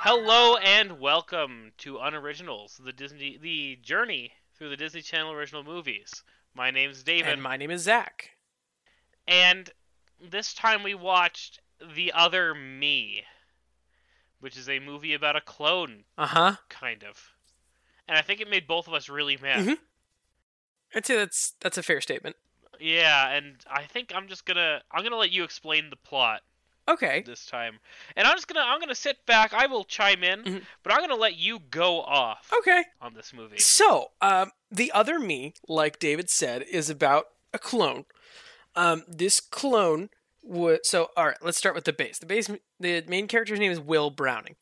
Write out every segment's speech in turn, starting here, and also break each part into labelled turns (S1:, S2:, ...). S1: Hello and welcome to Unoriginals, the Disney the journey through the Disney Channel original movies. My name's David,
S2: And my name is Zach.
S1: and this time we watched The Other Me, which is a movie about a clone,
S2: Uh huh.
S1: kind of. And I think it made both of us really mad.
S2: Mhm. I'd say that's that's a fair statement.
S1: Yeah, and I think I'm just gonna I'm gonna let you explain the plot
S2: Okay.
S1: this time, and I'm just gonna I'm gonna sit back. I will chime in,
S2: Mhm.
S1: but I'm gonna let you go off
S2: Okay.
S1: on this movie.
S2: So, um, the other me, like David said, is about a clone. Um, this clone would. So, all right, let's start with the base. The base, the main character's name is Will Browning.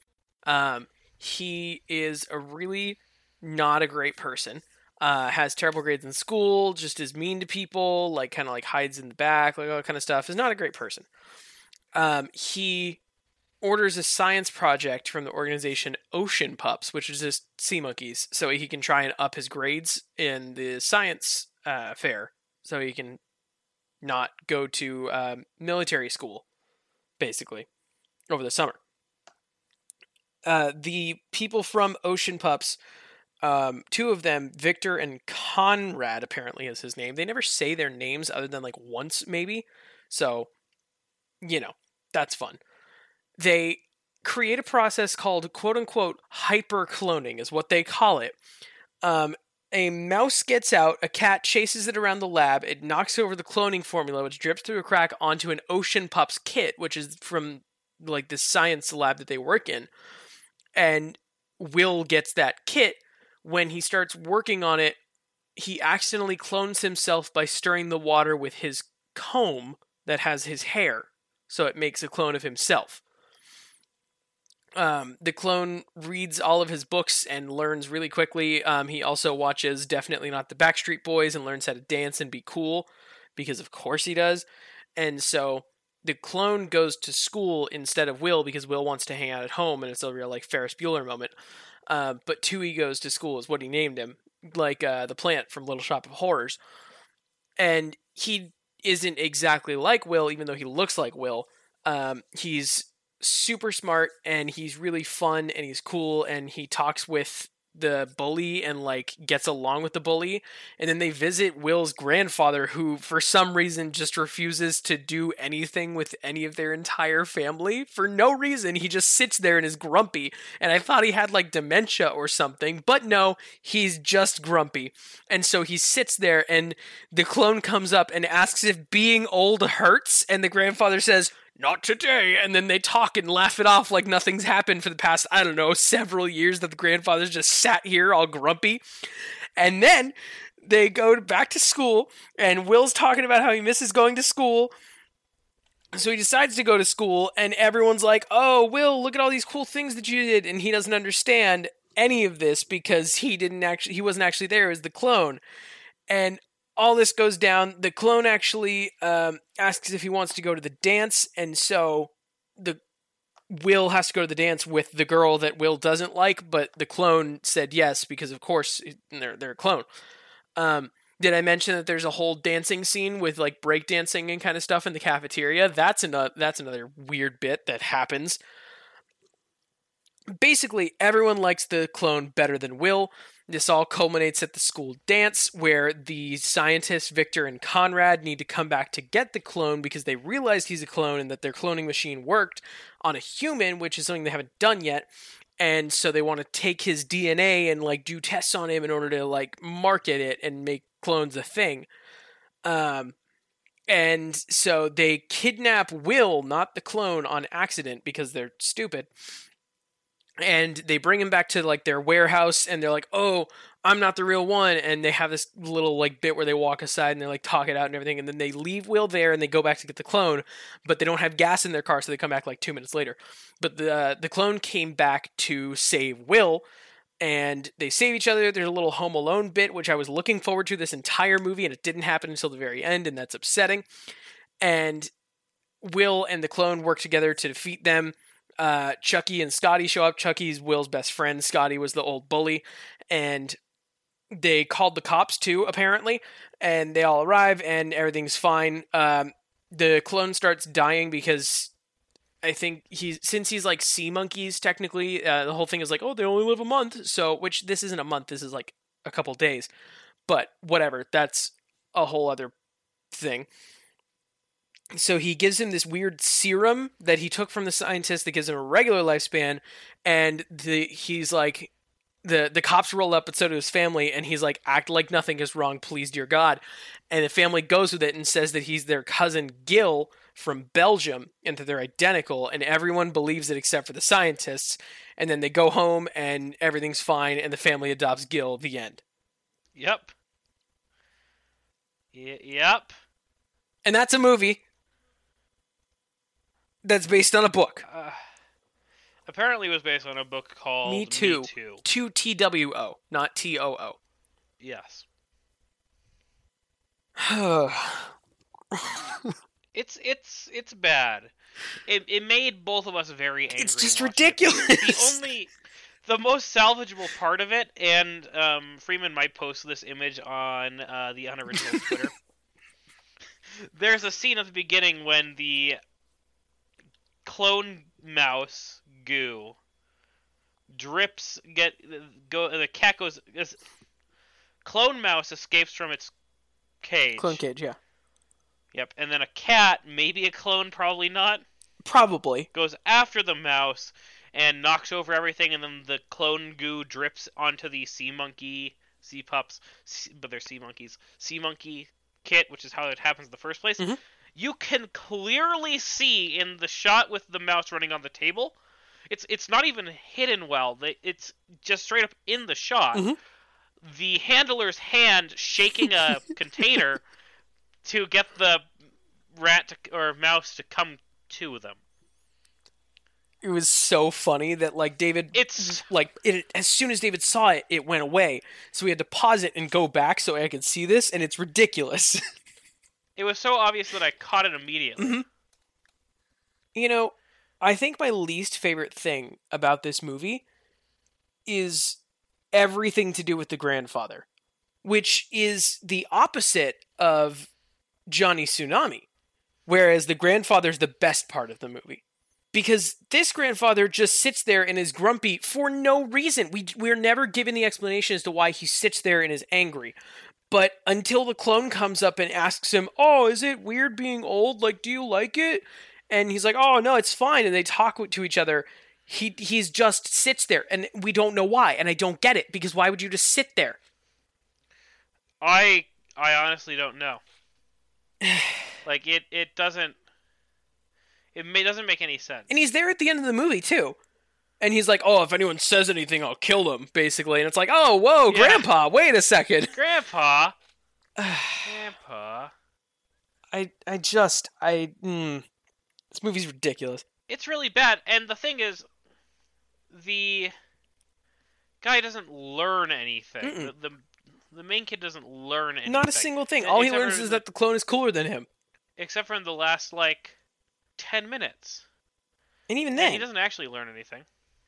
S2: Um, he is a really not a great person. Uh, has terrible grades in school, just is mean to people, like kind of like hides in the back, like all that kind of stuff. Is not a great person. Um, he orders a science project from the organization Ocean Pups, which is just sea monkeys, so he can try and up his grades in the science uh, fair, so he can not go to um, military school, basically, over the summer. Uh, the people from Ocean Pups, um, two of them, Victor and Conrad, apparently is his name. They never say their names other than like once, maybe. So, you know, that's fun they create a process called quote unquote hyper cloning is what they call it um, a mouse gets out a cat chases it around the lab it knocks over the cloning formula which drips through a crack onto an ocean pups kit which is from like the science lab that they work in and will gets that kit when he starts working on it he accidentally clones himself by stirring the water with his comb that has his hair so it makes a clone of himself um, the clone reads all of his books and learns really quickly. Um, he also watches Definitely Not the Backstreet Boys and learns how to dance and be cool because, of course, he does. And so the clone goes to school instead of Will because Will wants to hang out at home and it's a real like Ferris Bueller moment. Uh, but Tui goes to school is what he named him, like uh, the plant from Little Shop of Horrors. And he isn't exactly like Will, even though he looks like Will. Um, he's super smart and he's really fun and he's cool and he talks with the bully and like gets along with the bully and then they visit Will's grandfather who for some reason just refuses to do anything with any of their entire family for no reason he just sits there and is grumpy and i thought he had like dementia or something but no he's just grumpy and so he sits there and the clone comes up and asks if being old hurts and the grandfather says not today and then they talk and laugh it off like nothing's happened for the past i don't know several years that the grandfather's just sat here all grumpy and then they go back to school and will's talking about how he misses going to school so he decides to go to school and everyone's like oh will look at all these cool things that you did and he doesn't understand any of this because he didn't actually he wasn't actually there as the clone and all this goes down. The clone actually um, asks if he wants to go to the dance, and so the Will has to go to the dance with the girl that Will doesn't like, but the clone said yes because, of course, they're they're a clone. Um, did I mention that there's a whole dancing scene with like breakdancing and kind of stuff in the cafeteria? That's another that's another weird bit that happens. Basically, everyone likes the clone better than Will. This all culminates at the school dance where the scientists Victor and Conrad need to come back to get the clone because they realized he's a clone and that their cloning machine worked on a human, which is something they haven't done yet. And so they want to take his DNA and like do tests on him in order to like market it and make clones a thing. Um and so they kidnap Will, not the clone, on accident because they're stupid and they bring him back to like their warehouse and they're like oh i'm not the real one and they have this little like bit where they walk aside and they like talk it out and everything and then they leave will there and they go back to get the clone but they don't have gas in their car so they come back like two minutes later but the uh, the clone came back to save will and they save each other there's a little home alone bit which i was looking forward to this entire movie and it didn't happen until the very end and that's upsetting and will and the clone work together to defeat them uh, Chucky and Scotty show up. Chucky's Will's best friend. Scotty was the old bully, and they called the cops too, apparently. And they all arrive, and everything's fine. Um, the clone starts dying because I think he's since he's like sea monkeys technically. Uh, the whole thing is like, oh, they only live a month. So, which this isn't a month. This is like a couple days, but whatever. That's a whole other thing. So he gives him this weird serum that he took from the scientist that gives him a regular lifespan, and the he's like, the the cops roll up, but so does his family, and he's like, act like nothing is wrong, please, dear God. And the family goes with it and says that he's their cousin Gil from Belgium and that they're identical, and everyone believes it except for the scientists. And then they go home and everything's fine, and the family adopts Gil. The end.
S1: Yep. Y- yep.
S2: And that's a movie that's based on a book.
S1: Uh, apparently, it was based on a book called
S2: Me Too. Two T W O, not T O O.
S1: Yes.
S2: it's
S1: It's it's it's bad. It it made both of us very angry.
S2: just
S1: watching it. the
S2: ridiculous.
S1: only the most salvageable part of it and um, freeman might post this image on uh, the unoriginal twitter there's a scene at the beginning when the clone mouse goo drips get go the cat goes this, clone mouse escapes from its cage
S2: Clone Cage, yeah.
S1: yep and then a cat maybe a clone probably not
S2: Probably.
S1: goes after the mouse and knocks over everything, and then the clone goo drips onto the sea monkey, sea pups, sea, but they're sea monkeys, sea monkey kit, which is how it happens in the first place.
S2: Mhm.
S1: You can clearly see in the shot with the mouse running on the table. It's it's not even hidden well. They- It's just straight up in the shot.
S2: Mhm.
S1: The handler's hand shaking a container to get the rat to, or mouse to come to them.
S2: It was so funny that like David
S1: It's
S2: like it as soon as David saw it, it went away. So we had to pause it and go back so I could see this, and it's ridiculous.
S1: It was so obvious that I caught it immediately.
S2: Mhm. you know, I think my least favorite thing about this movie is everything to do with the grandfather, which is the opposite of Johnny Tsunami, whereas the grandfather's the best part of the movie. Because this grandfather just sits there and is grumpy for no reason. We we're never given the explanation as to why he sits there and is angry. But until the clone comes up and asks him, "Oh, is it weird being old? Like, do you like it?" and he's like, "Oh no, it's fine." And they talk to each other. He he's just sits there, and we don't know why, and I don't get it because why would you just sit there?
S1: I I honestly don't know. like it it doesn't it may, doesn't make any sense.
S2: And he's there at the end of the movie too, and he's like, "Oh, if anyone says anything, I'll kill them," basically. And it's like, "Oh, whoa,
S1: Yeah.
S2: Grandpa, wait a second.
S1: Grandpa, Grandpa,
S2: I I just I mm, this movie's ridiculous.
S1: it's really bad. And the thing is, the guy doesn't learn anything.
S2: Mm-mm.
S1: The, the the main kid doesn't learn anything.
S2: Not a single thing. All he
S1: Except
S2: learns
S1: for-
S2: is that the clone is cooler than him,
S1: except for in the last like ten minutes.
S2: and even
S1: Yeah,
S2: then,
S1: he doesn't actually learn anything.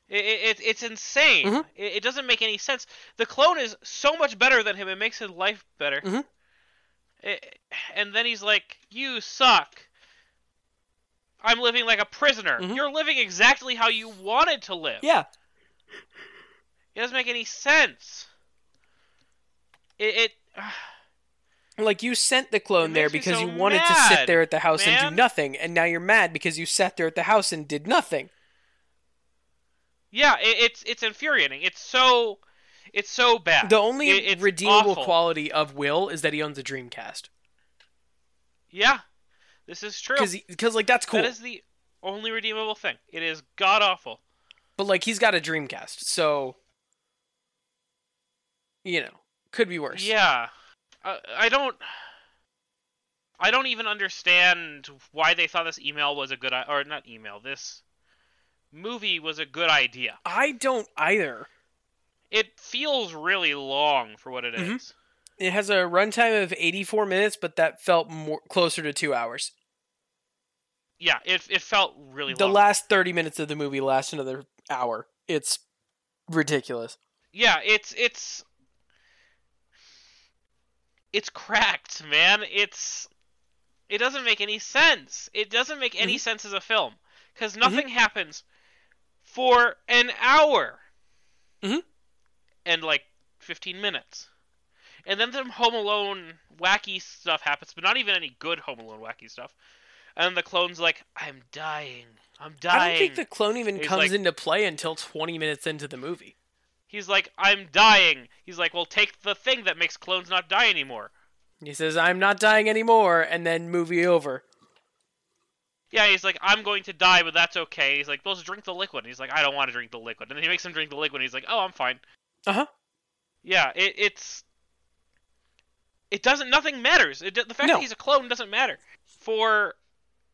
S1: It, it, it's insane.
S2: Mhm.
S1: It, it doesn't make any sense. The clone is so much better than him. It makes his life better.
S2: Mhm.
S1: It- and then he's like, "You suck. I'm living like a prisoner.
S2: Mhm.
S1: You're living exactly how you wanted to live.
S2: yeah,
S1: It doesn't make any sense. It, it
S2: Like you sent the clone
S1: It
S2: there
S1: makes me
S2: because
S1: so
S2: you wanted to sit
S1: mad,
S2: there at the house and do
S1: man.
S2: nothing, and now you're mad because you sat there at the house and did nothing.
S1: yeah, it, it's it's infuriating. It's so it's so bad.
S2: The only
S1: It- it's
S2: redeemable
S1: awful.
S2: quality of Will is that he owns a Dreamcast
S1: Yeah, this is true.
S2: because like that's cool,
S1: That is the only redeemable thing. It is god awful.
S2: but like he's got a Dreamcast, so you know could be worse.
S1: Yeah, I, I don't. I don't even understand why they thought this email was a good i- or not email this movie was a good idea.
S2: I don't either.
S1: It feels really long for what it
S2: Mhm.
S1: is.
S2: It has a runtime of 84 minutes, but that felt more closer to two hours.
S1: Yeah, it it felt really
S2: The
S1: long.
S2: last 30 minutes of the movie last another hour. It's ridiculous.
S1: yeah, it's it's it's cracked,
S2: Mm-hmm.
S1: man. It's it doesn't make any sense. It doesn't make any sense as a film because nothing happens for an hour
S2: Mhm.
S1: and like 15 minutes. And then some Home Alone wacky stuff happens, but not even any good Home Alone wacky stuff. And the clone's like, I'm dying. I'm dying.
S2: I don't think the clone even
S1: He's
S2: comes
S1: like-
S2: into play until 20 minutes into the movie.
S1: He's like, I'm dying. He's like, well, take the thing that makes clones not die anymore.
S2: He says, "I'm not dying anymore," and then movie over.
S1: Yeah, he's like, I'm going to die, but that's okay. He's like, well, just drink the liquid. he's like, I don't want to drink the liquid. And then he makes him drink the liquid. And he's like, oh, I'm fine.
S2: Uh huh.
S1: Yeah, it, it's. It doesn't. Nothing matters. It, do- the fact
S2: No.
S1: that he's a clone doesn't matter. For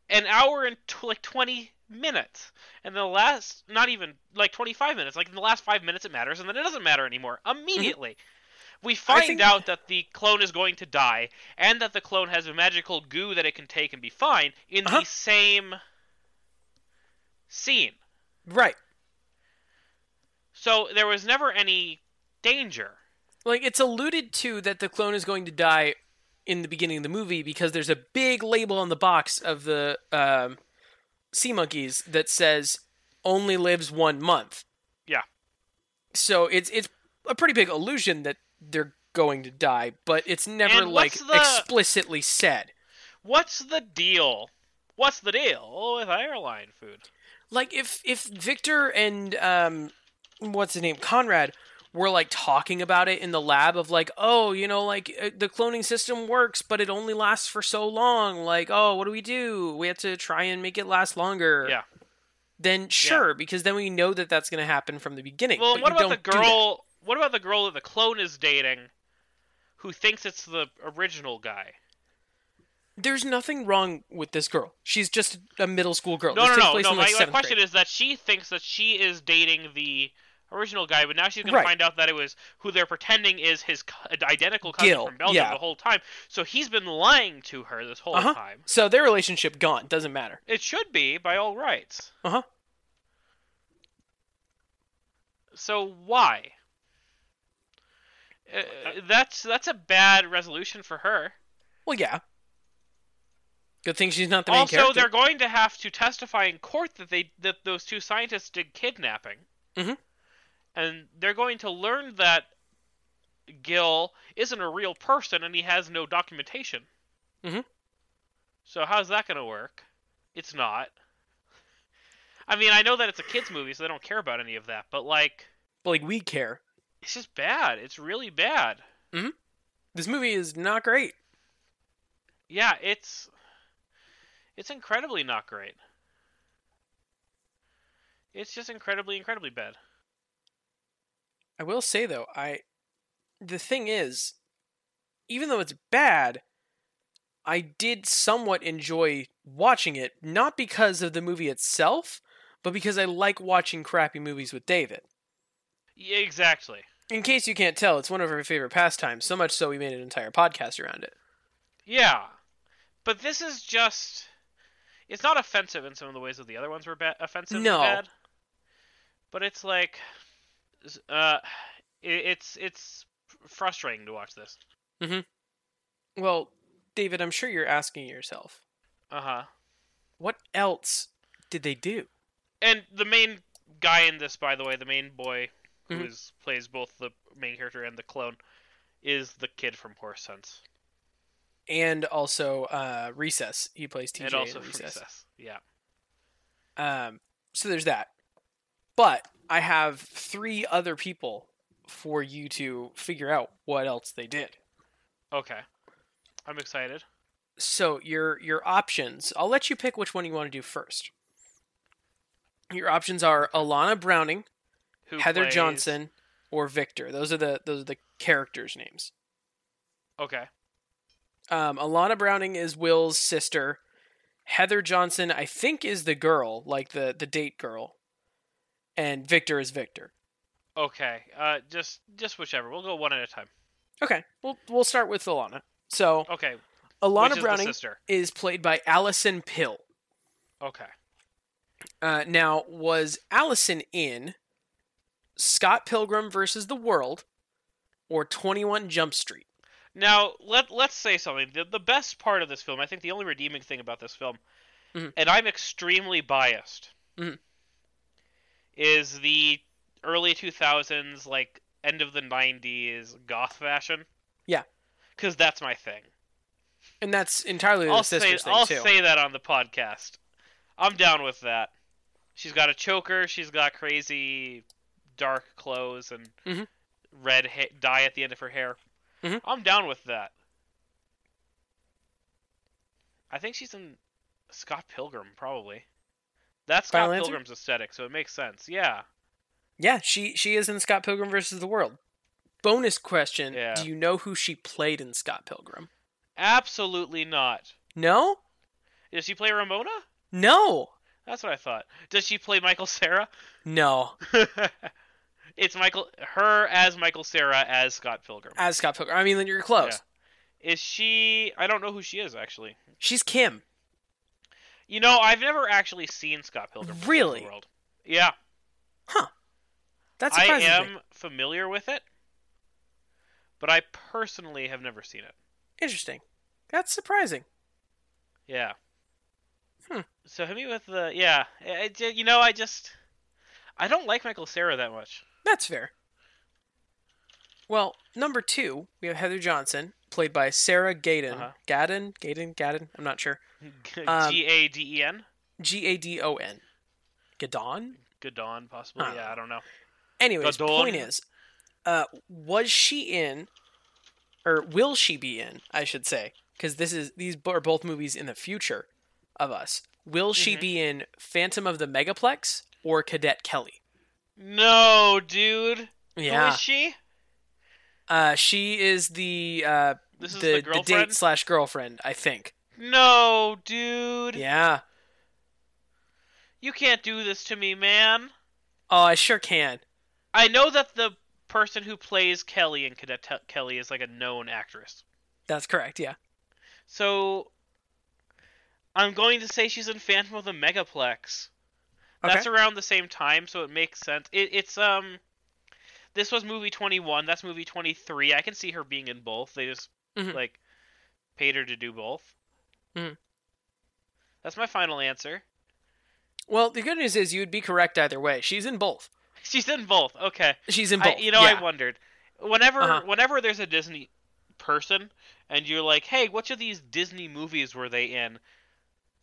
S1: an hour and tw- like 20 minutes. And the last. Not even. Like 25 minutes. Like in the last five minutes it matters, and then it doesn't matter anymore. Immediately. We find
S2: Mm-hmm. think-
S1: out that the clone is going to die, and that the clone has a magical goo that it can take and be fine in
S2: Uh-huh.
S1: the same scene.
S2: Right.
S1: So there was never any danger.
S2: Like it's alluded to that the clone is going to die in the beginning of the movie because there's a big label on the box of the um, sea monkeys that says only lives one month.
S1: Yeah.
S2: So it's it's a pretty big illusion that they're going to die, but it's never
S1: And
S2: like
S1: what's the-
S2: explicitly said.
S1: What's the deal? What's the deal with airline food?
S2: like if if Victor and um what's his name Conrad were like talking about it in the lab of like oh you know like uh, the cloning system works but it only lasts for so long like oh what do we do we have to try and make it last longer
S1: Yeah.
S2: then sure because then we know that that's going to happen from the beginning
S1: Well, and
S2: but
S1: what
S2: you
S1: about the
S2: don't do that.
S1: girl? What about the girl that the clone is dating, who thinks it's the original guy?
S2: there's nothing wrong with this girl she's just a middle school girl
S1: No,
S2: Oh, this
S1: no, no,
S2: takes place
S1: no.
S2: in like
S1: my, my
S2: seventh
S1: question
S2: grade.
S1: is that she thinks that she is dating the original guy, but now she's going
S2: Right.
S1: to find out that it was who they're pretending is his co- identical cousin
S2: Gil,
S1: from Belgium
S2: yeah.
S1: the whole time. So he's been lying to her this whole
S2: Uh-huh.
S1: time.
S2: so their relationship gone doesn't matter
S1: It should be by all rights.
S2: Uh-huh.
S1: So why? Uh, that's that's a bad resolution for her.
S2: well yeah good thing she's not the main
S1: also,
S2: character
S1: they're going to have to testify in court that they that those two scientists did kidnapping.
S2: Mhm.
S1: And they're going to learn that Gil isn't a real person and he has no documentation.
S2: Mhm.
S1: So how's that going to work? It's not. I mean, I know that it's a kids movie, so they don't care about any of that. But like,
S2: but like we care
S1: it's just bad. It's really bad.
S2: this movie is not great.
S1: Yeah, it's it's incredibly not great. It's just incredibly, incredibly bad.
S2: I will say though, I the thing is, even though it's bad, I did somewhat enjoy watching it, not because of the movie itself, but because I like watching crappy movies with David.
S1: Yeah, exactly.
S2: In case you can't tell, it's one of our favorite pastimes, so much so we made an entire podcast around it.
S1: Yeah, but this is just—it's not offensive in some of the ways that the other ones were ba- offensive. and
S2: No.
S1: bad. But it's like, s- uh, it, it's it's frustrating to watch this.
S2: Well, David, I'm sure you're asking yourself,
S1: Uh huh.
S2: what else did they do?
S1: And the main guy in this, by the way, the main boy who
S2: Mhm.
S1: is, plays both the main character and the clone, is the kid from Horse Sense,
S2: And also uh, Recess. He plays TJ
S1: and also
S2: in
S1: from
S2: Recess.
S1: Recess. Yeah.
S2: Um, so there's that. But I have three other people for you to figure out what else they did.
S1: Okay. I'm excited.
S2: So your your options. I'll let you pick which one you want to do first. Your options are Alana Browning,
S1: Who
S2: Heather
S1: plays-
S2: Johnson, or Victor. Those are the those are the characters' names.
S1: Okay.
S2: Um, Alana Browning is Will's sister. Heather Johnson, I think, is the girl, like the the date girl, and Victor is Victor.
S1: Okay. Uh, just just whichever. We'll go one at a time.
S2: Okay, we'll we'll start with Alana. So
S1: Okay.
S2: Alana
S1: which is the
S2: Browning
S1: sister.
S2: is played by Allison Pill.
S1: Okay.
S2: Uh, now, was Allison in Scott Pilgrim versus the World or Twenty One Jump Street?
S1: Now let let's say something. The, the best part of this film, I think, the only redeeming thing about this film,
S2: Mhm.
S1: and I'm extremely biased.
S2: Mhm.
S1: is the early 2000s, like end of the 90s goth fashion.
S2: Yeah.
S1: Because that's my thing.
S2: And that's entirely the
S1: I'll say
S2: sister's thing
S1: I'll
S2: too.
S1: say that on the podcast. I'm down with that. She's got a choker. She's got crazy dark clothes and
S2: Mhm.
S1: red ha- dye at the end of her hair.
S2: Mhm.
S1: I'm down with that. I think she's in Scott Pilgrim, probably. That's Scott
S2: Final answer?
S1: Pilgrim's aesthetic, so it makes sense. Yeah.
S2: yeah, she she is in Scott Pilgrim versus the World. Bonus question:
S1: Yeah.
S2: Do you know who she played in Scott Pilgrim?
S1: Absolutely not.
S2: No,
S1: Does she play Ramona?
S2: no,
S1: That's what I thought. Does she play Michael Sarah?
S2: no.
S1: it's Michael, her as Michael Sarah as Scott Pilgrim.
S2: As Scott Pilgrim, I mean, then you're close.
S1: Is she? I don't know who she is actually.
S2: She's Kim.
S1: You know, I've never actually seen Scott Pilgrim. versus
S2: Really?
S1: The world. Yeah,
S2: That's
S1: I
S2: surprising. to
S1: am
S2: me.
S1: familiar with it, but I personally have never seen it.
S2: Interesting. That's surprising.
S1: Yeah.
S2: Hmm.
S1: So hit me with the yeah. I, I ju- you know, I just I don't like Michael Sarah that much.
S2: That's fair. Well, number two, we have Heather Johnson, played by Sarah Gadon.
S1: Uh-huh.
S2: Gadon? Gadon? Gadon? I'm not sure. Um,
S1: G A D E N.
S2: G A D O N. Gadon?
S1: Gadon, possibly.
S2: I don't
S1: yeah, I don't know.
S2: Anyways,
S1: Gadon.
S2: point is, uh, was she in, or will she be in? I should say, because this is these bo- are both movies in the future of us. Will she
S1: Mhm.
S2: be in Phantom of the Megaplex or Cadet Kelly?
S1: No, dude. Who
S2: Yeah,
S1: is she?
S2: uh, she is the uh,
S1: This is
S2: the,
S1: the
S2: the
S1: girlfriend.
S2: date slash girlfriend, I think.
S1: No, dude.
S2: Yeah.
S1: You can't do this to me, man.
S2: Oh, I sure can.
S1: I know that the person who plays Kelly in Cadet Te- Kelly is like a known actress.
S2: That's correct. Yeah.
S1: So I'm going to say she's in Phantom of the Megaplex. That's around the same time, so it makes sense. It, it's um this was movie 21, that's movie 23. I can see her being in both. They just
S2: Mhm.
S1: like paid her to do both.
S2: Mhm.
S1: That's my final answer.
S2: well, the good news is you would be correct either way. She's in both.
S1: She's in both. Okay.
S2: She's in
S1: I,
S2: both.
S1: you know,
S2: yeah.
S1: I wondered. Whenever,
S2: Uh-huh.
S1: whenever there's a Disney person, and you're like, "Hey, which of these Disney movies were they in?" i-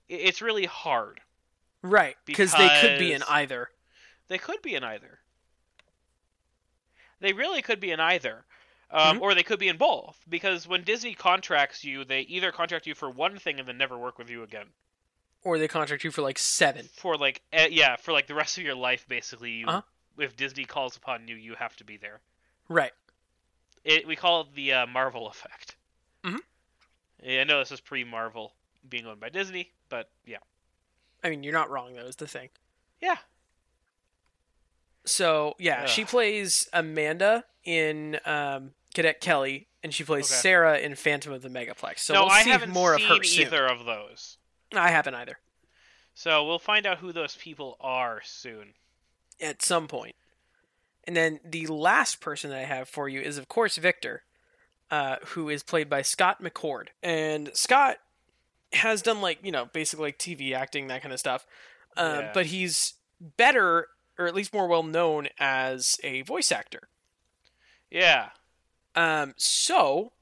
S1: It's really hard.
S2: right because they could be in
S1: because-
S2: either.
S1: They could be in either. They really could be in either, um,
S2: Mhm.
S1: or they could be in both. Because when Disney contracts you, they either contract you for one thing and then never work with you again.
S2: or they contract you for like seven.
S1: For like, eh, yeah, for like the rest of your life, basically. You,
S2: Uh-huh.
S1: If Disney calls upon you, you have to be there.
S2: Right.
S1: It, we call it the uh, Marvel effect.
S2: Mhm.
S1: Yeah, I know this is pre-Marvel being owned by Disney, but yeah,
S2: I mean, you're not wrong though. Is the thing.
S1: yeah,
S2: So yeah, she
S1: Ugh.
S2: plays Amanda in um, Cadet Kelly, and she plays
S1: Okay.
S2: Sarah in Phantom of the Megaplex. So
S1: no,
S2: we'll
S1: I
S2: see
S1: haven't
S2: more
S1: seen
S2: of her soon.
S1: either of those,
S2: I haven't either.
S1: so we'll find out who those people are soon.
S2: At some point. And then the last person that I have for you is, of course, Victor, uh, who is played by Scott McCord. And Scott has done like you know basically like TV acting that kind of stuff, uh,
S1: Yeah.
S2: but he's better or at least more well known as a voice actor.
S1: Yeah,
S2: Um, so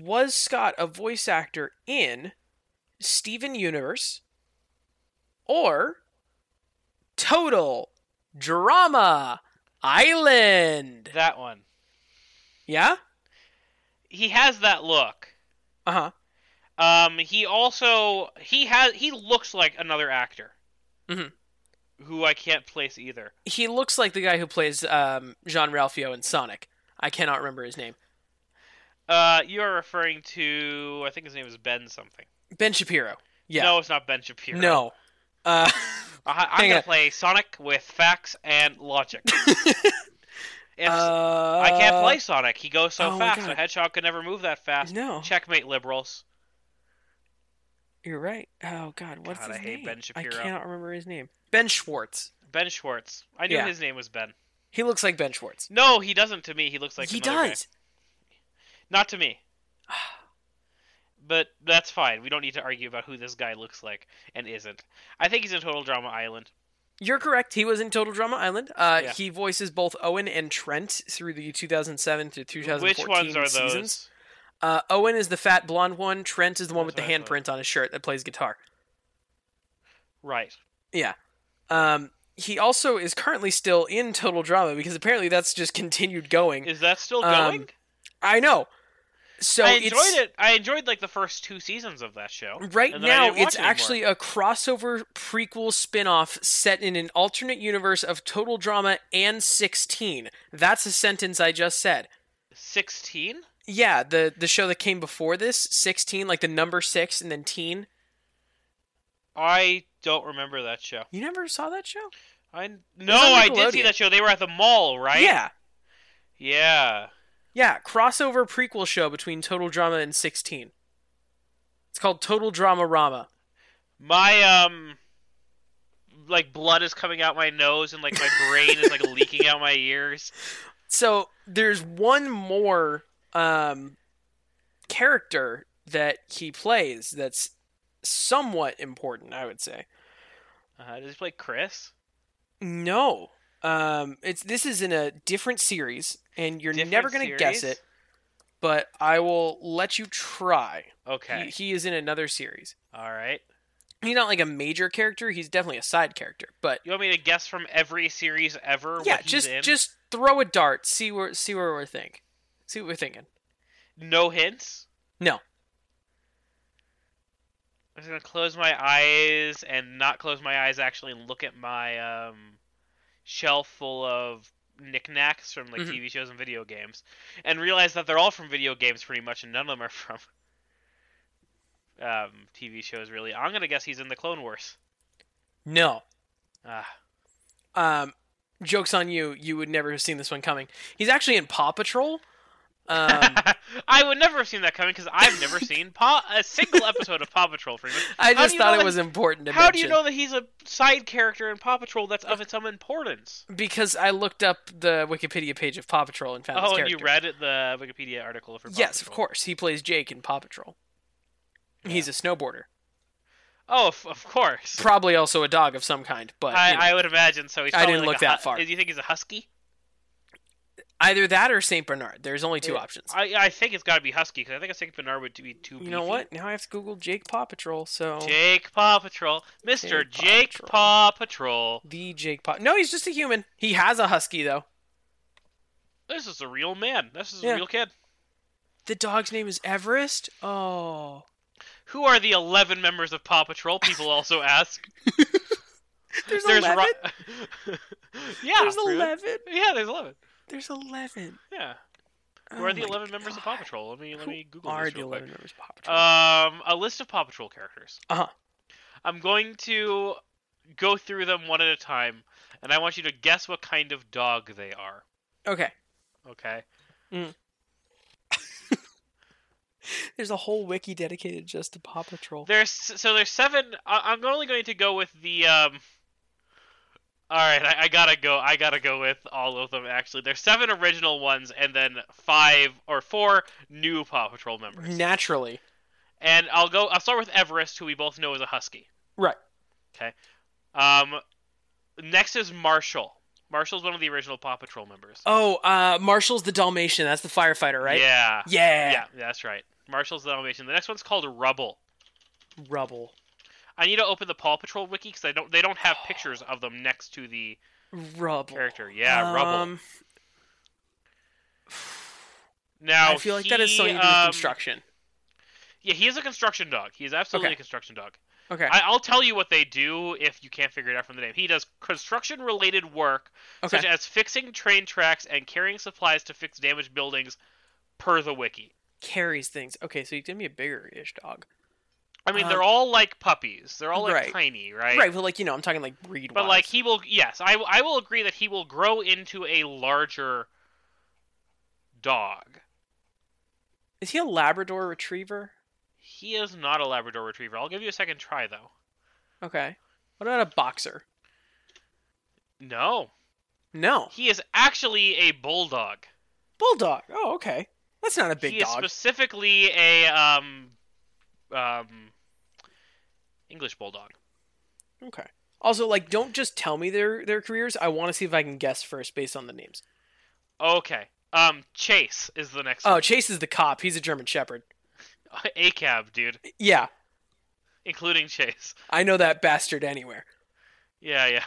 S2: was Scott a voice actor in Steven Universe or Total Drama Island?
S1: that one.
S2: Yeah?
S1: He has that look.
S2: Uh-huh.
S1: Um, he also he has he looks like another actor,
S2: Mhm.
S1: who I can't place either.
S2: He looks like the guy who plays um Jean Ralphio in Sonic. I cannot remember his name.
S1: Uh, you are referring to I think his name is Ben something.
S2: Ben Shapiro. Yeah.
S1: No, it's not Ben Shapiro.
S2: No. Uh
S1: I, I'm
S2: Hang
S1: gonna
S2: on.
S1: play Sonic with facts and logic. if I
S2: I
S1: can't play Sonic, he goes so
S2: Uh, oh my
S1: fast. So
S2: God.
S1: Hedgehog could never move that fast.
S2: No.
S1: Checkmate, liberals.
S2: You're right. Oh god, what's
S1: God,
S2: his
S1: I hate
S2: name?
S1: Ben Shapiro.
S2: I cannot remember his name. Ben Schwartz.
S1: Ben Schwartz. I knew
S2: Yeah.
S1: his name was Ben.
S2: He looks like Ben Schwartz.
S1: No, he doesn't to me. He looks like
S2: he
S1: another guy.
S2: does.
S1: Not to me. But that's fine. We don't need to argue about who this guy looks like and isn't. I think he's in Total Drama Island.
S2: You're correct. He was in Total Drama Island. Uh,
S1: Yeah.
S2: He voices both Owen and Trent through the 2007 to 2014
S1: Which ones are
S2: seasons.
S1: those?
S2: Uh, Owen is the fat blonde one. Trent is the one with the
S1: That's what I
S2: handprint on his shirt that plays guitar.
S1: Right.
S2: Um, he also is currently still in Total Drama because apparently that's just continued going.
S1: Is that still
S2: Um,
S1: going?
S2: I know. So
S1: I enjoyed
S2: it's,
S1: it. I enjoyed like the first two seasons of that show.
S2: Right
S1: and then I
S2: now,
S1: didn't watch
S2: it's
S1: it anymore.
S2: actually a crossover prequel spin off set in an alternate universe of Total Drama and 16. That's a sentence I just said.
S1: Sixteen.
S2: Yeah, the, the show that came before this, 16, like the number 6 and then teen.
S1: I don't remember that show.
S2: You never saw that show?
S1: I no,
S2: on
S1: I did see
S2: Nickelodeon.
S1: that show. They were at the mall, right?
S2: Yeah.
S1: Yeah.
S2: Yeah, crossover prequel show between Total Drama and 16. It's called Total Drama Rama.
S1: My um, like blood is coming out my nose and like my brain is like leaking out my ears.
S2: So there's one more um, character that he plays that's somewhat important, I would say.
S1: Uh, does he play Chris?
S2: No, um, it's this is in a different series, and you're
S1: Different
S2: never gonna guess
S1: series?
S2: it. But I will let you try.
S1: Okay.
S2: He, he is in another series.
S1: All right.
S2: He's not like a major character. He's definitely a side character. But
S1: You want me to guess from every series ever?
S2: yeah,
S1: what he's
S2: just
S1: in?
S2: just throw a dart. See where see where we're think. See what we're thinking.
S1: no hints.
S2: No.
S1: I'm just gonna close my eyes and not close my eyes actually, and look at my um, shelf full of knickknacks from like
S2: Mhm.
S1: TV shows and video games, and realize that they're all from video games pretty much, and none of them are from um, TV shows really. I'm gonna guess he's in the Clone Wars.
S2: No.
S1: Ah,
S2: Um, jokes on you. You would never have seen this one coming. He's actually in Paw Patrol. Um,
S1: I would never have seen that coming because I've never seen pa- a single episode of Paw Patrol. Pretty much.
S2: I
S1: How do
S2: just
S1: you
S2: thought
S1: know
S2: it
S1: that-
S2: was important to
S1: How do you
S2: mention.
S1: know that he's a side character in Paw Patrol that's of some importance?
S2: Because I looked up the Wikipedia page of Paw Patrol and found this
S1: Oh, and
S2: character.
S1: you read it- the Wikipedia article for Paw
S2: yes, of
S1: Patrol.
S2: course. He plays Jake in Paw Patrol. He's a snowboarder,
S1: Oh, of, of course.
S2: probably also a dog of some kind. But you know,
S1: I, I would imagine so. He's
S2: I
S1: probably
S2: didn't
S1: like
S2: look
S1: a
S2: that
S1: hu-
S2: far.
S1: Do you think he's a husky?
S2: either that or Saint Bernard. There's only two
S1: Yeah.
S2: options.
S1: I, I think it's got to be husky because I think a Saint Bernard would be too.
S2: you know
S1: beefy.
S2: what? Now I have to Google Jake Paw Patrol. So
S1: Jake Paw Patrol, Mister
S2: Jake
S1: Jake,
S2: Paw
S1: Paw
S2: Patrol.
S1: Patrol.
S2: the Jake Paw. No, he's just a human. He has a husky though.
S1: This is a real man. This is
S2: Yeah.
S1: a real kid.
S2: The dog's name is Everest. Oh.
S1: Who are the eleven members of Paw Patrol? People also ask.
S2: There's,
S1: There's
S2: 11?
S1: Ro- yeah.
S2: There's
S1: really.
S2: 11?
S1: Yeah, there's eleven.
S2: There's 11.
S1: Yeah. Who
S2: Oh
S1: are the
S2: my
S1: 11 members of Paw
S2: God.
S1: Patrol? Let me let
S2: Who
S1: me Google
S2: are
S1: this
S2: the
S1: real
S2: 11
S1: quick.
S2: members of Paw Patrol?
S1: Um, a list of Paw Patrol characters.
S2: Uh-huh.
S1: I'm going to go through them one at a time, and I want you to guess what kind of dog they are.
S2: okay.
S1: Okay.
S2: There's a whole wiki dedicated just to Paw Patrol.
S1: There's so there's seven. I, I'm only going to go with the um. All right, I, I gotta go. I gotta go with all of them. Actually, there's seven original ones, and then five or four new Paw Patrol members.
S2: Naturally.
S1: And I'll go. I'll start with Everest, who we both know is a husky.
S2: Right.
S1: Okay. Um, next is Marshall. Marshall's one of the original Paw Patrol members.
S2: Oh, uh, Marshall's the Dalmatian. That's the firefighter, right?
S1: Yeah.
S2: Yeah.
S1: Yeah, that's right. Marshall's the Dalmatian. The next one's called Rubble.
S2: Rubble.
S1: I need to open the Paw Patrol wiki because they don't they don't have pictures of them next to the
S2: Rubble.
S1: character. Yeah, Rubble.
S2: Um,
S1: Now
S2: I feel like that is
S1: he,
S2: something to do with
S1: um,
S2: construction.
S1: Yeah, he is a construction dog. He is absolutely
S2: Okay.
S1: a construction dog.
S2: Okay.
S1: I, I'll tell you what they do if you can't figure it out from the name. He does construction related work
S2: okay.
S1: such as fixing train tracks and carrying supplies to fix damaged buildings, per the wiki.
S2: Carries things. Okay, so you give me a bigger ish dog.
S1: I mean,
S2: Um,
S1: they're all like puppies. They're all like
S2: right.
S1: tiny, right?
S2: Right. but like, you know, I'm talking like breed
S1: But like he will, yes, I I will agree that he will grow into a larger dog.
S2: Is he a Labrador retriever?
S1: He is not a Labrador Retriever. I'll give you a second try though.
S2: Okay. What about a boxer?
S1: No,
S2: No.
S1: he is actually a bulldog.
S2: Bulldog. Oh, okay. That's not a big
S1: he is
S2: dog.
S1: specifically a um um, English bulldog.
S2: Okay. Also, like, don't just tell me their their careers. I want to see if I can guess first based on the names.
S1: Okay. Um, Chase is the next.
S2: Oh, Chase is the cop. He's a German Shepherd.
S1: one. ACAB, dude,
S2: Yeah,
S1: including Chase.
S2: I know that bastard anywhere.
S1: Yeah, yeah,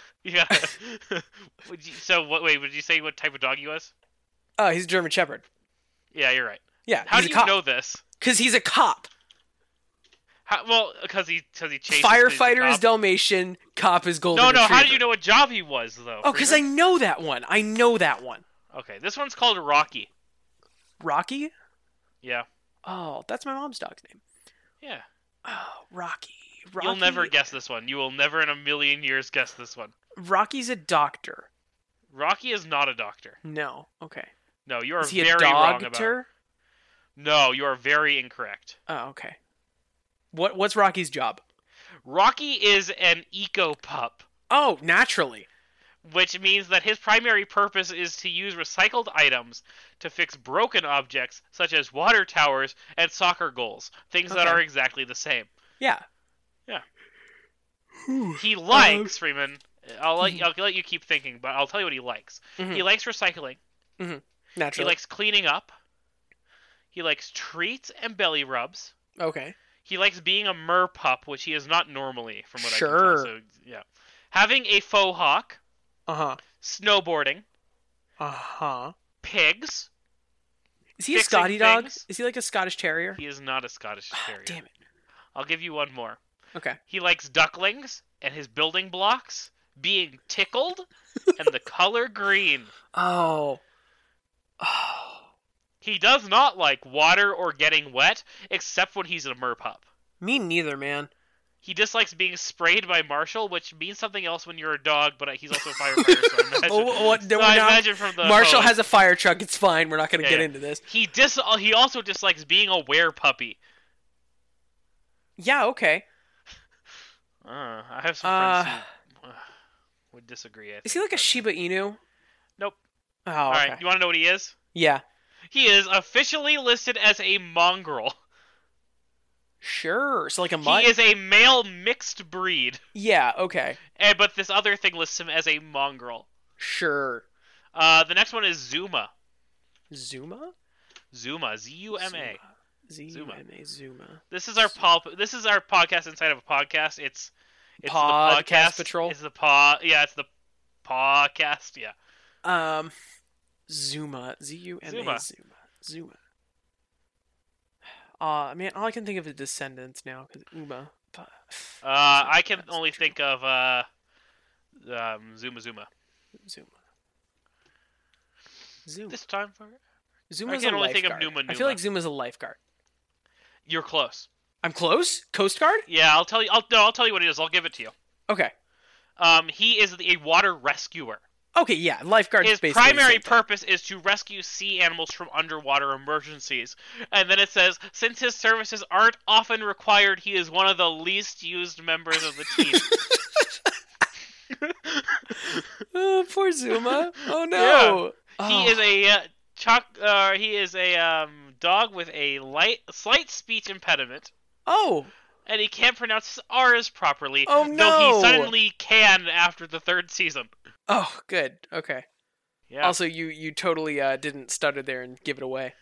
S1: yeah. would you, so what? Wait, would you say what type of dog he was?
S2: Oh, he's a German Shepherd.
S1: Yeah, you're right.
S2: Yeah,
S1: How
S2: he's
S1: do you
S2: a cop.
S1: know this?
S2: Because he's a cop.
S1: How, well, because he because he chased.
S2: Firefighter is
S1: the
S2: Dalmatian. Cop is Golden
S1: No, no. How do
S2: Retriever.
S1: you know what job he was though?
S2: Oh, because I know that one. I know that one.
S1: I. Okay, this one's called Rocky.
S2: Rocky.
S1: Yeah,
S2: Oh, that's my mom's dog's name.
S1: yeah.
S2: Oh, Rocky. Rocky.
S1: You'll never guess this one. You will never in a million years guess this one.
S2: Rocky's a doctor.
S1: Rocky is not a doctor.
S2: No. Okay.
S1: No, you are
S2: Is he
S1: very
S2: a
S1: wrong about.
S2: doctor?
S1: No, you are very incorrect.
S2: Oh, okay. What What's Rocky's job?
S1: Rocky is an eco pup,
S2: Oh, naturally.
S1: which means that his primary purpose is to use recycled items to fix broken objects such as water towers and soccer goals, things that
S2: Okay.
S1: are exactly the same.
S2: Yeah.
S1: Yeah.
S2: Whew.
S1: He likes
S2: Uh-huh.
S1: Freeman. I'll
S2: Mm-hmm.
S1: let, I'll let you keep thinking, but I'll tell you what he likes.
S2: Mhm.
S1: He likes recycling. He
S2: Naturally.
S1: likes cleaning up. He likes treats and belly rubs.
S2: okay.
S1: He likes being a mer pup, which he is not normally, from what
S2: Sure.
S1: I can tell. So, yeah. Having a faux hawk,
S2: Uh huh.
S1: snowboarding,
S2: Uh huh.
S1: pigs.
S2: pigs. Is he a
S1: Fixing
S2: Scotty dog?
S1: things.
S2: Is he like a Scottish Terrier?
S1: He is not a Scottish
S2: Ah,
S1: Terrier.
S2: Damn it.
S1: I'll give you one more.
S2: Okay.
S1: He likes ducklings and his building blocks, being tickled, and the color green.
S2: Oh. Oh.
S1: He does not like water or getting wet, except when he's a mer pup.
S2: Me neither, man.
S1: He dislikes being sprayed by Marshall, which means something else when you're a dog, but he's also a firefighter, so I imagine.
S2: Oh, what-
S1: so
S2: we're
S1: I
S2: not-
S1: imagine from the
S2: Marshall
S1: hose.
S2: has a fire truck. It's fine. We're not going to
S1: Yeah,
S2: get
S1: yeah.
S2: into this.
S1: He dis he also dislikes being a were puppy.
S2: Yeah. Okay.
S1: Uh, I have some friends
S2: Uh,
S1: who uh, would disagree. I
S2: is
S1: think,
S2: he like a
S1: but-
S2: Shiba Inu?
S1: Nope.
S2: Oh.
S1: All right,
S2: okay.
S1: you want to know what he is?
S2: Yeah.
S1: He is officially listed as a mongrel.
S2: Sure. So like a mutt.
S1: He is a male mixed breed,
S2: yeah. Okay.
S1: and, but this other thing lists him as a mongrel.
S2: Sure.
S1: Uh, the next one is Zuma.
S2: Zuma.
S1: Zuma, Z U M A.
S2: Z U M A. Zuma.
S1: This is our pop. This is our podcast inside of a podcast. It's it's
S2: Podcast
S1: the podcast
S2: Patrol?
S1: It's the paw. Yeah, it's the podcast. Yeah,
S2: Um, Zuma, Z U M A,
S1: Zuma.
S2: Zuma, Zuma. Ah, man, all I can think of is Descendants now because Uma. but-
S1: uh, I can
S2: Podcast
S1: only
S2: Patrol.
S1: think of uh, um, Zuma Zuma.
S2: Zuma. Zuma.
S1: This time for
S2: Zuma's
S1: can
S2: a
S1: only think of
S2: lifeguard.
S1: Numa
S2: I feel like
S1: Numa.
S2: Zuma's a lifeguard.
S1: you're close.
S2: I'm close. Coast Guard.
S1: Yeah, I'll tell you. I'll no, I'll tell you what it is. I'll give it to you.
S2: Okay.
S1: Um, he is a water rescuer.
S2: Okay. Yeah. Lifeguard.
S1: His
S2: is basically the
S1: primary
S2: same thing.
S1: purpose is to rescue sea animals from underwater emergencies. And then it says, since his services aren't often required, he is one of the least used members of the team.
S2: Oh, poor Zuma. Oh no. Oh.
S1: Yeah. He is a uh, choc. Uh, he is a um, dog with a light, slight speech impediment,
S2: Oh.
S1: and he can't pronounce his R's properly.
S2: Oh,
S1: Though
S2: no.
S1: he suddenly can after the third season.
S2: Oh, good. Okay.
S1: Yeah.
S2: Also, you you totally uh, didn't stutter there and give it away.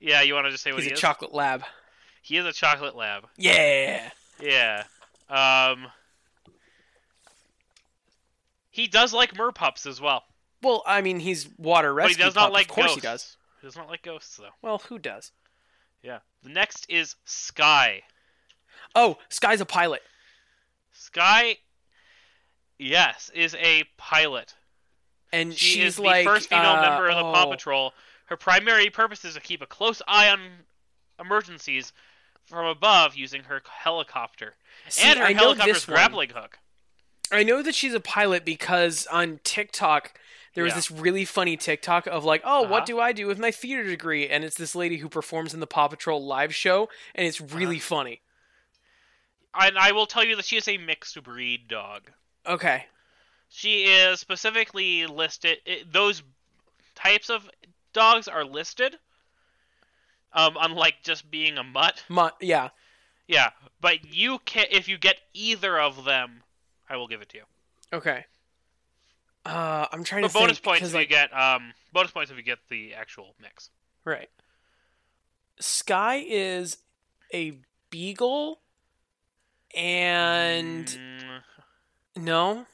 S1: yeah. You want to just say what
S2: He's
S1: he
S2: a
S1: is?
S2: chocolate lab.
S1: he is a chocolate lab.
S2: Yeah.
S1: Yeah. Um. He does like merpups as well,
S2: Well, I mean, he's water
S1: but
S2: rescue.
S1: he does
S2: pup.
S1: not like
S2: Of course,
S1: ghosts.
S2: he does.
S1: He does not like ghosts though.
S2: Well, who does?
S1: Yeah. The next is Sky.
S2: Oh, Sky's a pilot.
S1: Sky. Yes, is a pilot.
S2: And
S1: She
S2: she's
S1: is the
S2: like
S1: first female
S2: uh,
S1: member of the Paw
S2: oh,
S1: Patrol. Her primary purpose is to keep a close eye on emergencies from above using her helicopter
S2: See,
S1: and her
S2: I know
S1: helicopter's
S2: this one.
S1: grappling hook.
S2: I know that she's a pilot because on TikTok there was
S1: Yeah.
S2: this really funny TikTok of like, oh,
S1: Uh-huh.
S2: what do I do with my theater degree? And it's this lady who performs in the Paw Patrol live show, and it's
S1: Uh-huh.
S2: really funny.
S1: And I will tell you that she is a mixed breed dog.
S2: Okay.
S1: She is specifically listed. It, those types of dogs are listed. Um, unlike just being a mutt.
S2: Mu- yeah.
S1: Yeah, but you can if you get either of them, I will give it to you.
S2: Okay. Uh, I'm trying
S1: But
S2: to
S1: bonus
S2: think,
S1: points
S2: 'cause,
S1: if
S2: like,
S1: you get um bonus points if you get the actual mix.
S2: Right. Sky is a beagle and
S1: Mm,
S2: no,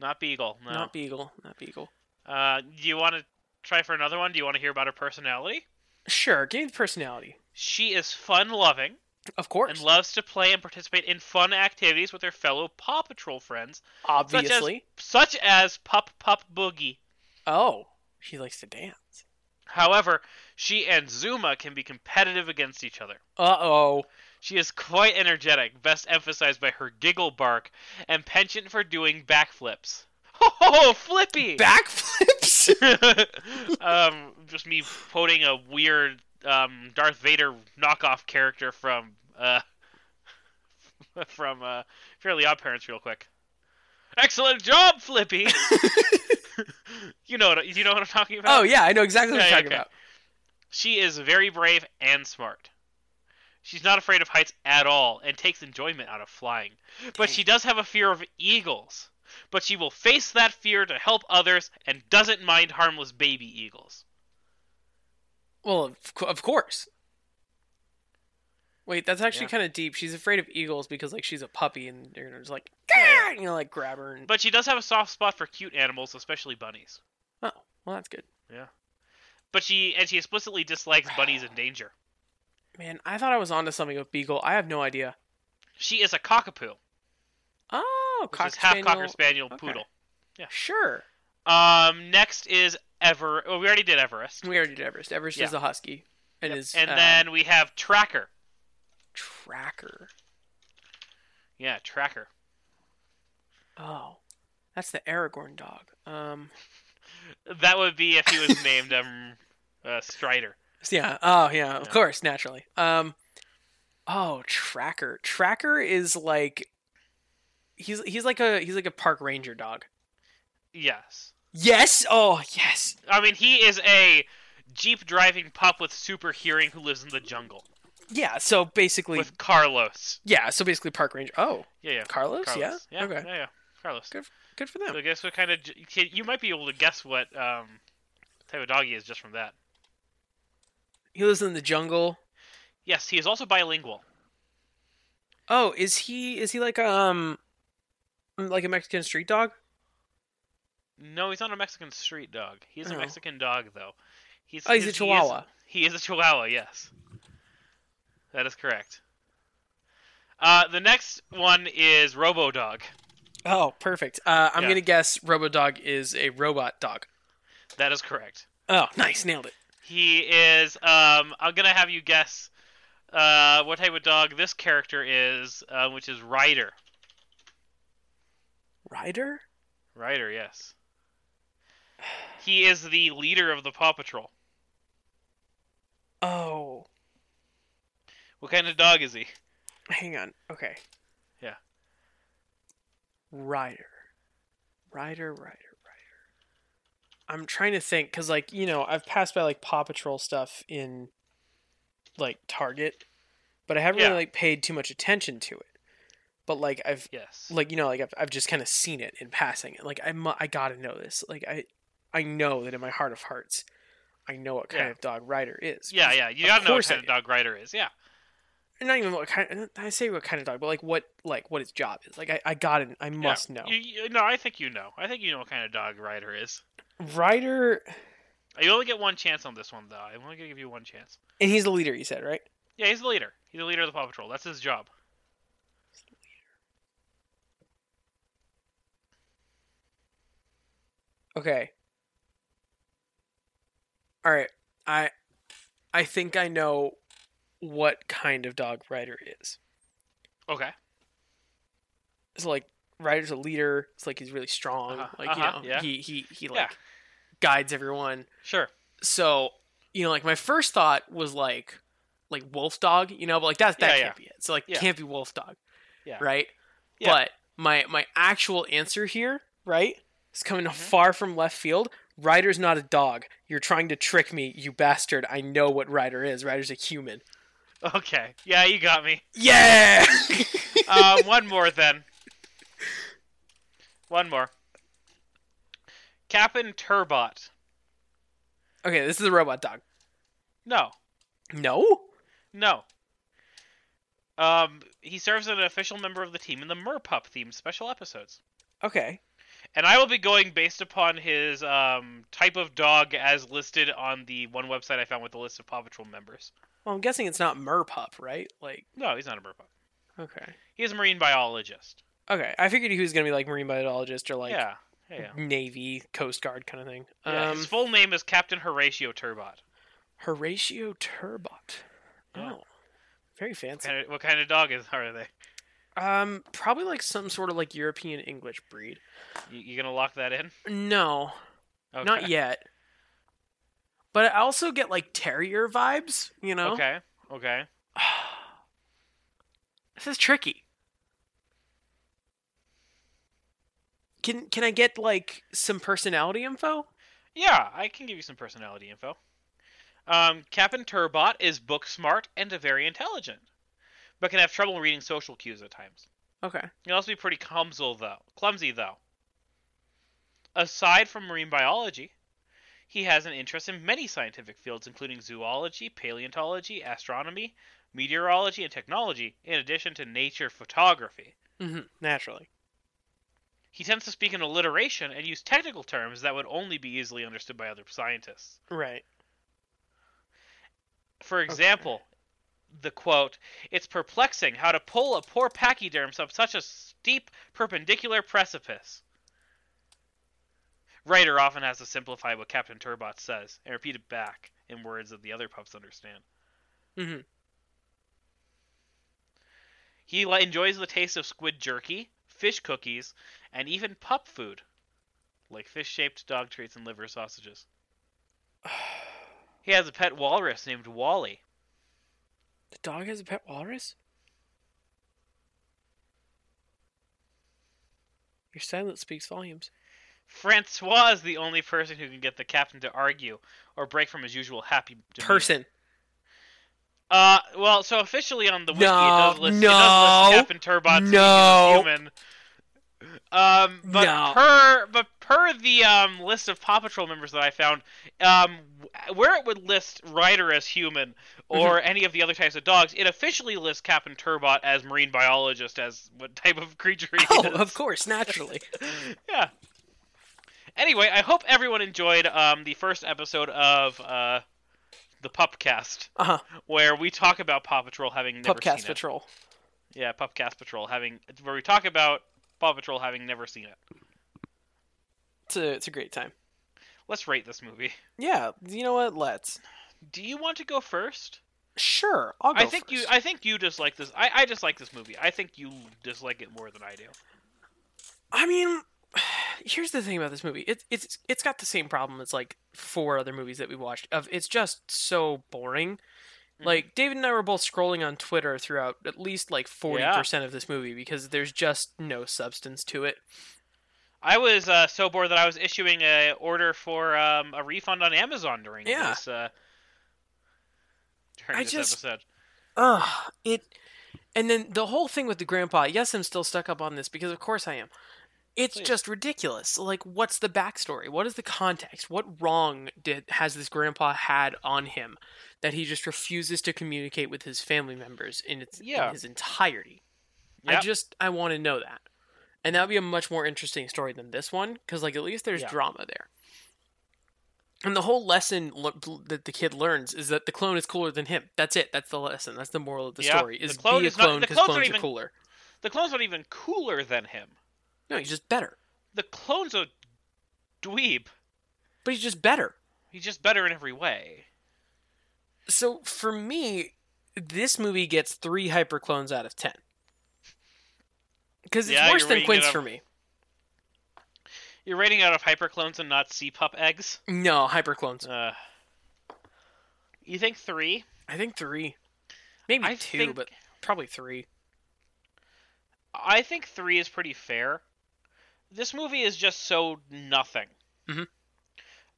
S1: not Beagle. No.
S2: not beagle, not beagle.
S1: Uh, do you want to try for another one? Do you want to hear about her personality?
S2: Sure, give me the personality.
S1: She is fun-loving
S2: Of course.
S1: and loves to play and participate in fun activities with her fellow Paw Patrol friends, such as-
S2: Obviously.
S1: such as Pup Pup Boogie.
S2: Oh, she likes to dance.
S1: However, she and Zuma can be competitive against each other.
S2: Uh-oh.
S1: She is quite energetic, best emphasized by her giggle bark and penchant for doing backflips. Ho ho ho, flippy!
S2: Backflips.
S1: um, just me quoting a weird um, Darth Vader knockoff character from uh, from uh, Fairly Odd Parents, real quick. Excellent job, Flippy. you know what you know what I'm talking about.
S2: oh yeah, I know exactly what
S1: Yeah,
S2: you're talking
S1: okay.
S2: about.
S1: She is very brave and smart. She's not afraid of heights at all and takes enjoyment out of flying. But she does have a fear of eagles. But she will face that fear to help others and doesn't mind harmless baby eagles.
S2: Well, of, cou- of course. Wait, that's actually
S1: Yeah.
S2: kind of deep. She's afraid of eagles because like she's a puppy and they're gonna just like,
S1: Yeah.
S2: "Gah!" you know, like grab her and
S1: But she does have a soft spot for cute animals, especially bunnies.
S2: oh, well that's good.
S1: But she and she explicitly dislikes bunnies in danger.
S2: Man, I thought I was onto something with beagle. I have no idea.
S1: She is a cockapoo,
S2: Oh,
S1: which
S2: cocker
S1: is half
S2: spaniel.
S1: cocker spaniel
S2: Okay.
S1: poodle.
S2: Sure.
S1: Um, next is Ever. Oh, we already did Everest.
S2: We already did Everest. Everest
S1: Yeah.
S2: is a husky and
S1: Yep.
S2: is
S1: and
S2: uh,
S1: then we have Tracker.
S2: tracker.
S1: Yeah, Tracker.
S2: Oh, that's the Aragorn dog. Um,
S1: That would be if he was named um uh, Strider.
S2: yeah. Oh, yeah. Of
S1: Yeah.
S2: course, naturally. Um, oh, tracker. Tracker is like he's he's like a he's like a park ranger dog.
S1: Yes.
S2: Yes. Oh, yes.
S1: I mean, he is a jeep driving pup with super hearing who lives in the jungle
S2: Yeah. So basically,
S1: with Carlos.
S2: yeah. So basically, park ranger. Oh,
S1: Yeah, yeah.
S2: Carlos. Yeah.
S1: Carlos. Yeah.
S2: Okay.
S1: Yeah, yeah. Carlos.
S2: Good Good for them.
S1: So guess what kind of j- kid- you might be able to guess what um type of dog he is just from that.
S2: He lives in the jungle.
S1: Yes, he is also bilingual.
S2: Oh, is he is he like um like a Mexican street dog?
S1: No, he's not a Mexican street dog. He's a
S2: Oh.
S1: Mexican dog though. He's
S2: Oh, he's
S1: his-
S2: a
S1: he is-
S2: Chihuahua.
S1: He is a Chihuahua, yes. That is correct. Uh, the next one is Robodog.
S2: Oh, perfect. Uh, I'm
S1: Yeah.
S2: gonna guess RoboDog is a robot dog.
S1: That is correct.
S2: Oh, nice, nailed it.
S1: He is. Um, I'm gonna have you guess uh, what type of dog this character is, uh, which is Ryder.
S2: Ryder?
S1: Ryder, yes. He is the leader of the Paw Patrol.
S2: Oh,
S1: What kind of dog is he?
S2: hang on. Okay.
S1: Yeah.
S2: Ryder, Ryder, Ryder, Ryder. I'm trying to think because, like, you know, I've passed by like Paw Patrol stuff in like Target, but I haven't
S1: Yeah.
S2: really like paid too much attention to it. But like, I've
S1: Yes.
S2: like you know like i've, I've just kind of seen it in passing and like i mu- i gotta know this like i i know that in my heart of hearts i know what kind
S1: Yeah.
S2: of dog Ryder is
S1: yeah, yeah. You gotta know what
S2: course I
S1: kind of dog Ryder is. Yeah.
S2: not even what kind i say what kind of dog but like what like what his job is like i, I gotta i
S1: Yeah.
S2: must know
S1: You, you, no, I think you know. I think you know what kind of dog Ryder is.
S2: Ryder,
S1: You only get one chance on this one, though. I'm only gonna give you one chance.
S2: and he's the leader you said right
S1: Yeah, he's the leader. He's the leader of the Paw Patrol. That's his job.
S2: okay all right i i think i know what kind of dog Ryder is
S1: Okay.
S2: so like Ryder's a leader. It's like he's really strong.
S1: Uh-huh,
S2: Like
S1: uh-huh,
S2: you know,
S1: yeah.
S2: he he he like
S1: Yeah.
S2: guides everyone.
S1: Sure.
S2: So you know, like my first thought was like like wolf dog. You know, but like that that
S1: Yeah, yeah.
S2: can't be it. So like
S1: Yeah.
S2: can't be wolf dog.
S1: Yeah.
S2: Right.
S1: Yeah.
S2: But my my actual answer here, right, is coming
S1: Mhm.
S2: far from left field. Ryder's not a dog. You're trying to trick me, you bastard. I know what Ryder is. Ryder's a human.
S1: Okay. Yeah, you got me.
S2: Yeah.
S1: Um, one more then. One more. Captain Turbot.
S2: okay, this is a robot dog.
S1: No.
S2: No.
S1: No. Um, he serves as an official member of the team in the Merpup themed special episodes.
S2: Okay.
S1: And I will be going based upon his um, type of dog as listed on the one website I found with the list of Paw Patrol members.
S2: Well, I'm guessing it's not Merpup, right? Like,
S1: No, he's not a Merpup.
S2: okay.
S1: He is a marine biologist.
S2: Okay, I figured he was gonna be like marine biologist or like
S1: yeah. Yeah. yeah.
S2: Navy Coast Guard kind of thing.
S1: Yeah,
S2: um,
S1: his full name is Captain Horatio Turbot.
S2: Horatio Turbot.
S1: Yeah.
S2: Oh, very fancy.
S1: Kind of- what kind of dog is are they?
S2: Um, probably like some sort of like European English breed.
S1: You, you gonna lock that in?
S2: No,
S1: Okay.
S2: not yet. But I also get like terrier vibes. You know,
S1: Okay. Okay.
S2: this is tricky. Can can I get like some personality info?
S1: Yeah, I can give you some personality info. Um, Captain Turbot is book smart and very intelligent, but can have trouble reading social cues at times.
S2: Okay.
S1: He can also be pretty clumsy though. Clumsy though. Aside from marine biology, he has an interest in many scientific fields, including zoology, paleontology, astronomy, meteorology, and technology, in addition to nature photography.
S2: Mm-hmm. Naturally.
S1: He tends to speak in alliteration and use technical terms that would only be easily understood by other scientists.
S2: Right.
S1: For example, the quote, It's perplexing how to pull a poor pachyderms up such a steep perpendicular precipice. Writer often has to simplify what Captain Turbot says and repeat it back in words that the other pups understand.
S2: Mhm.
S1: He li- enjoys the taste of squid jerky, fish cookies, and even pup food, like fish shaped dog treats and liver sausages. He has a pet walrus named Wally.
S2: The dog has a pet walrus? Your silence speaks volumes.
S1: Francois is the only person who can get the captain to argue or break from his usual happy demeanor.
S2: Person.
S1: Uh, well, so officially on the wiki,
S2: No,
S1: it does list, it
S2: no,
S1: does list Captain Turbot speaking
S2: no.
S1: as human. Um, but
S2: No.
S1: per but per the um list of Paw Patrol members that I found, um, w- where it would list Ryder as human
S2: Mm-hmm.
S1: or any of the other types of dogs, it officially lists Captain Turbot as marine biologist as what type of creature he
S2: Oh,
S1: is.
S2: of course, naturally.
S1: yeah. Anyway, I hope everyone enjoyed um, the first episode of uh, the Pupcast,
S2: Uh huh.
S1: where we talk about Paw Patrol having never
S2: Pupcast
S1: seen it.
S2: Patrol.
S1: Yeah, Pupcast Patrol having where we talk about Paw Patrol having never seen it.
S2: It's a, it's a great time.
S1: Let's rate this movie.
S2: Yeah, you know what? Let's.
S1: Do you want to go first?
S2: Sure, I'll go
S1: I think you.
S2: first.
S1: I think you dislike this. I, I dislike this movie. I think you dislike it more than I do.
S2: I mean, here's the thing about this movie. It, it's it's got the same problem as like four other movies that we watched. Of it's just so boring.
S1: Mhm.
S2: Like David and I were both scrolling on Twitter throughout at least like forty percent of this movie because there's just no substance to it.
S1: I was uh, so bored that I was issuing a order for um, a refund on Amazon during
S2: Yeah.
S1: this. Uh, during
S2: I
S1: this
S2: just-
S1: episode.
S2: Ugh, it. And then the whole thing with the grandpa. Yes, I'm still stuck up on this because of course I am. It's
S1: Please.
S2: just ridiculous. Like, what's the backstory? What is the context? What wrong did has this grandpa had on him that he just refuses to communicate with his family members in its
S1: Yeah.
S2: in his entirety? I
S1: Yep.
S2: just I want to know that, and that would be a much more interesting story than this one because like at least there's
S1: Yeah.
S2: drama there. And the whole lesson lo- bl- that the kid learns is that the clone is cooler than him. That's it. That's the lesson. That's the moral of the
S1: Yeah,
S2: story.
S1: the
S2: Is
S1: clone
S2: be a
S1: is not-
S2: clone
S1: the
S2: because
S1: clones
S2: clones
S1: aren't
S2: are
S1: even-
S2: cooler.
S1: The clone's not even cooler than him.
S2: No, he's just better.
S1: The clone's a dweeb.
S2: But he's just better.
S1: He's just better in every way.
S2: So for me, this movie gets three hyper clones out of ten. Because it's
S1: Yeah,
S2: worse
S1: you're
S2: than
S1: reading
S2: Quince
S1: it up-
S2: for me.
S1: You're rating out of hyperclones and not sea pup eggs.
S2: No, hyper clones.
S1: Uh, you think three?
S2: I think three, maybe
S1: I
S2: two,
S1: think-
S2: but probably three.
S1: I think three is pretty fair. This movie is just so nothing.
S2: Mhm.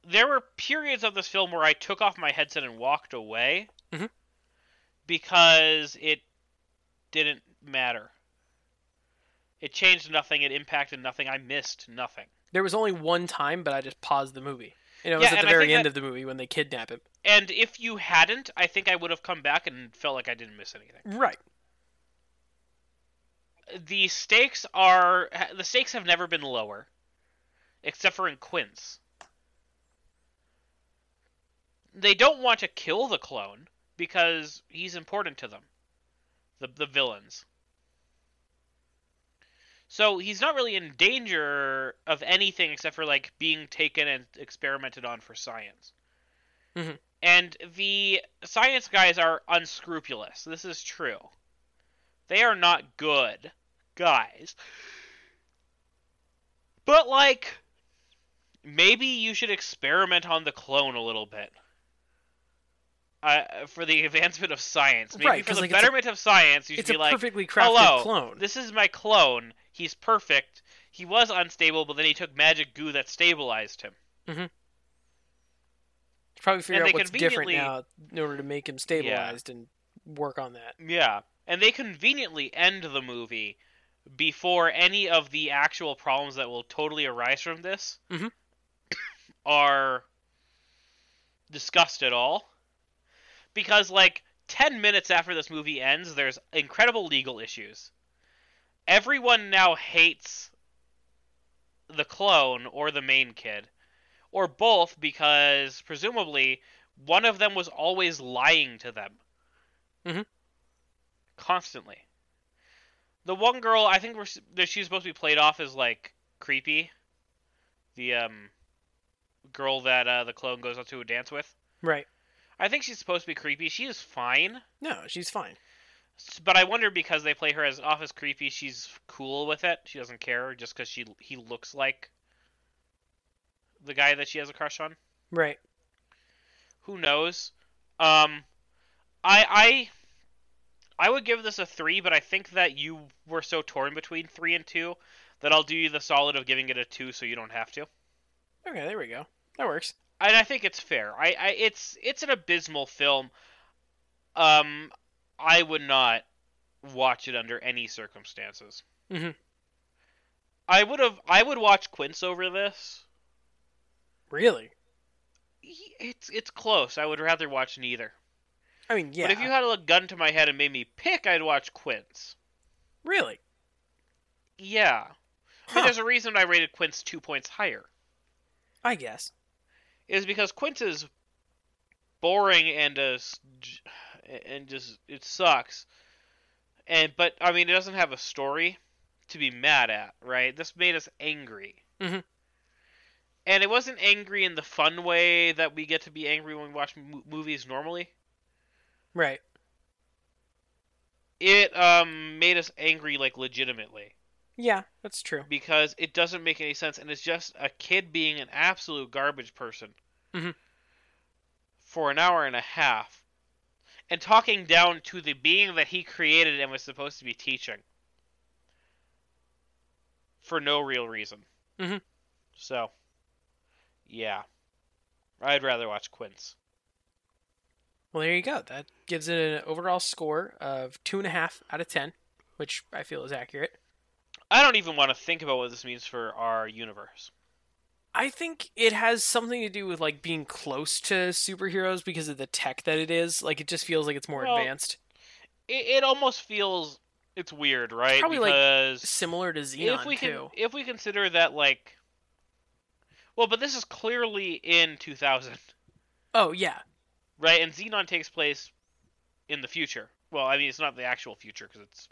S1: There were periods of this film where I took off my headset and walked away
S2: Mhm.
S1: because it didn't matter. It changed nothing. It impacted nothing. I missed nothing.
S2: There was only one time, but I just paused the movie. You know,
S1: Yeah,
S2: it was at
S1: and
S2: the
S1: I
S2: very
S1: think
S2: end
S1: that-
S2: of the movie when they kidnap him.
S1: And if you hadn't, I think I would have come back and felt like I didn't miss anything.
S2: Right.
S1: The stakes are the stakes have never been lower, except for in Quince. They don't want to kill the clone because he's important to them, the the villains. So he's not really in danger of anything except for like being taken and experimented on for science.
S2: Mhm.
S1: And the science guys are unscrupulous. This is true. They are not good guys. But like maybe you should experiment on the clone a little bit. Uh, for the advancement of science, maybe
S2: Right,
S1: for
S2: 'cause,
S1: the
S2: like, it's a-
S1: betterment of science, you should
S2: It's a
S1: be like,
S2: perfectly crafted
S1: Hello,
S2: clone.
S1: this is my clone. He's perfect. He was unstable, but then he took magic goo that stabilized him.
S2: Probably figure
S1: and
S2: out
S1: they
S2: what's different
S1: conveniently-
S2: now in order to make him stabilized and work on that.
S1: Yeah. And they conveniently end the movie before any of the actual problems that will totally arise from this
S2: Mhm.
S1: are discussed at all. Because, like, 10 minutes after this movie ends, there's incredible legal issues. Everyone now hates the clone or the main kid, or both, because presumably one of them was always lying to them constantly. The one girl, I think we're, s- that she's supposed to be played off as like creepy. The um girl that uh, the clone goes out to a dance with.
S2: Right.
S1: I think she's supposed to be creepy. She is fine,
S2: No, she's fine.
S1: S- but I wonder because they play her as off as creepy, she's cool with it. She doesn't care just because she he looks like the guy that she has a crush on.
S2: Right.
S1: who knows um i i i would give this a three but i think that you were so torn between three and two that i'll do you the solid of giving it a two so you don't have to
S2: Okay, there we go. That works.
S1: and i think it's fair i, I it's it's an abysmal film um i would not watch it under any circumstances
S2: Mhm.
S1: i would have i would watch quince over this
S2: Really?
S1: He- it's it's close i would rather watch neither
S2: I mean, yeah.
S1: But if you had a gun to my head and made me pick, I'd watch Quince.
S2: Really?
S1: Yeah. I
S2: Huh.
S1: mean, there's a reason I rated Quince two points higher.
S2: I guess.
S1: Is because Quince is boring and uh, s- j- and just it sucks. And but I mean, it doesn't have a story to be mad at, right? This made us angry.
S2: Mhm.
S1: And it wasn't angry in the fun way that we get to be angry when we watch mo- movies normally.
S2: Right.
S1: It um made us angry like legitimately.
S2: Yeah, that's true.
S1: because it doesn't make any sense and it's just a kid being an absolute garbage person
S2: Mhm.
S1: for an hour and a half and talking down to the being that he created and was supposed to be teaching for no real reason.
S2: Mhm.
S1: So, yeah. I'd rather watch Quince.
S2: Well, there you go. That gives it an overall score of two and a half out of ten, which I feel is accurate.
S1: I don't even want to think about what this means for our universe.
S2: I think it has something to do with like being close to superheroes because of the tech that it is. Like it just feels like it's more
S1: Well,
S2: advanced,
S1: It, it almost feels it's weird, right?
S2: Probably, like,
S1: because
S2: similar to Xenon
S1: if we
S2: too.
S1: Can, if we consider that like well, but this is clearly in 2000,
S2: Oh yeah,
S1: right? And Xenon takes place in the future. Well, I mean, it's not the actual future because it's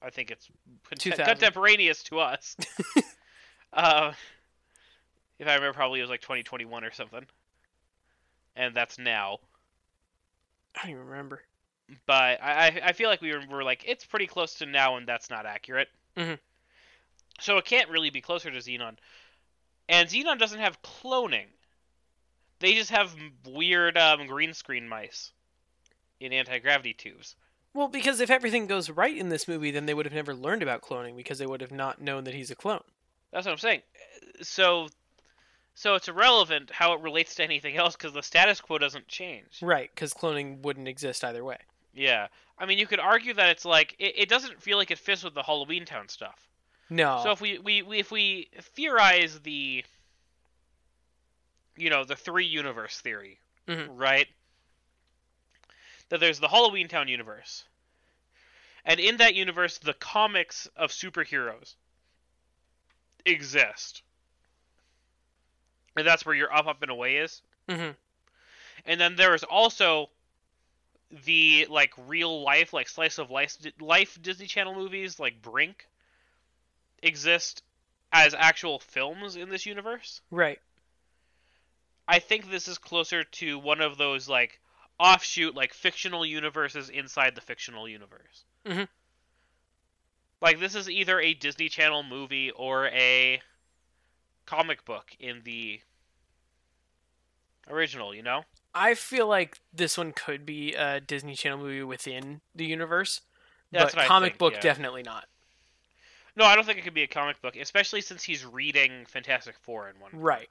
S1: I think it's conte-
S2: 2000.
S1: contemporaneous to us. uh, if I remember probably it was like 2021 or something. And that's now.
S2: I don't even remember.
S1: but I I- I feel like we were, were like it's pretty close to now, and that's not accurate.
S2: Mhm.
S1: So it can't really be closer to Xenon, and Xenon doesn't have cloning. They just have m- weird um, green screen mice in anti gravity tubes.
S2: Well, because if everything goes right in this movie, then they would have never learned about cloning because they would have not known that he's a clone.
S1: That's what I'm saying. So, so it's irrelevant how it relates to anything else because the status quo doesn't change.
S2: Right, because cloning wouldn't exist either way.
S1: Yeah. I mean, you could argue that it's like it, it doesn't feel like it fits with the Halloween Town stuff.
S2: No.
S1: So if we, we, we if we theorize the you know, the three universe theory,
S2: Mhm.
S1: right? That there's the Halloween Town universe. And in that universe, the comics of superheroes exist. And that's where your up up and away is.
S2: Mhm.
S1: And then there is also the like real life, like slice of life, life Disney Channel movies, like Brink, exist as actual films in this universe.
S2: Right.
S1: I think this is closer to one of those like offshoot, like fictional universes inside the fictional universe.
S2: Mhm.
S1: Like this is either a Disney Channel movie or a comic book in the original. You know?
S2: I feel like this one could be a Disney Channel movie within the universe,
S1: That's
S2: but
S1: what I
S2: comic
S1: think,
S2: book
S1: yeah.
S2: definitely not.
S1: No, I don't think it could be a comic book, especially since he's reading Fantastic Four in one.
S2: Right.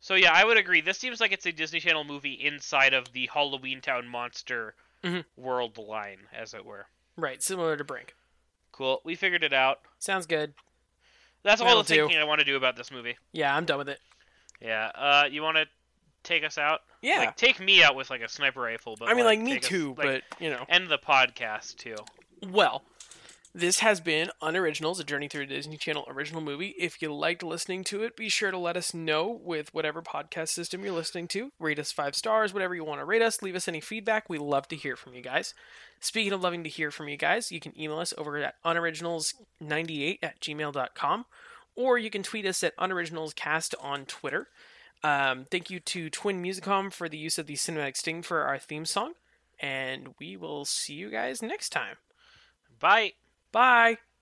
S1: So yeah, I would agree. This seems like it's a Disney Channel movie inside of the Halloween Town monster
S2: Mhm.
S1: world line, as it were.
S2: Right. Similar to Brink.
S1: Cool. We figured it out.
S2: Sounds good.
S1: That's all
S2: That'll
S1: the
S2: do.
S1: thinking I want to do about this movie.
S2: Yeah, I'm done with it.
S1: Yeah. Uh, you want to take us out?
S2: Yeah.
S1: Like, take me out with like a sniper rifle, but
S2: I mean, like, me
S1: take us-
S2: too,
S1: like,
S2: but you know.
S1: end the podcast too.
S2: Well, this has been Unoriginals, a journey through a Disney Channel original movie. If you liked listening to it, be sure to let us know with whatever podcast system you're listening to. Rate us five stars, whatever you want to rate us. Leave us any feedback. We love to hear from you guys. Speaking of loving to hear from you guys, you can email us over at unoriginals98 at gmail.com or you can tweet us at unoriginalscast on Twitter. Um, thank you to Twin Musicom for the use of the cinematic sting for our theme song, and we will see you guys next time.
S1: Bye.
S2: Bye.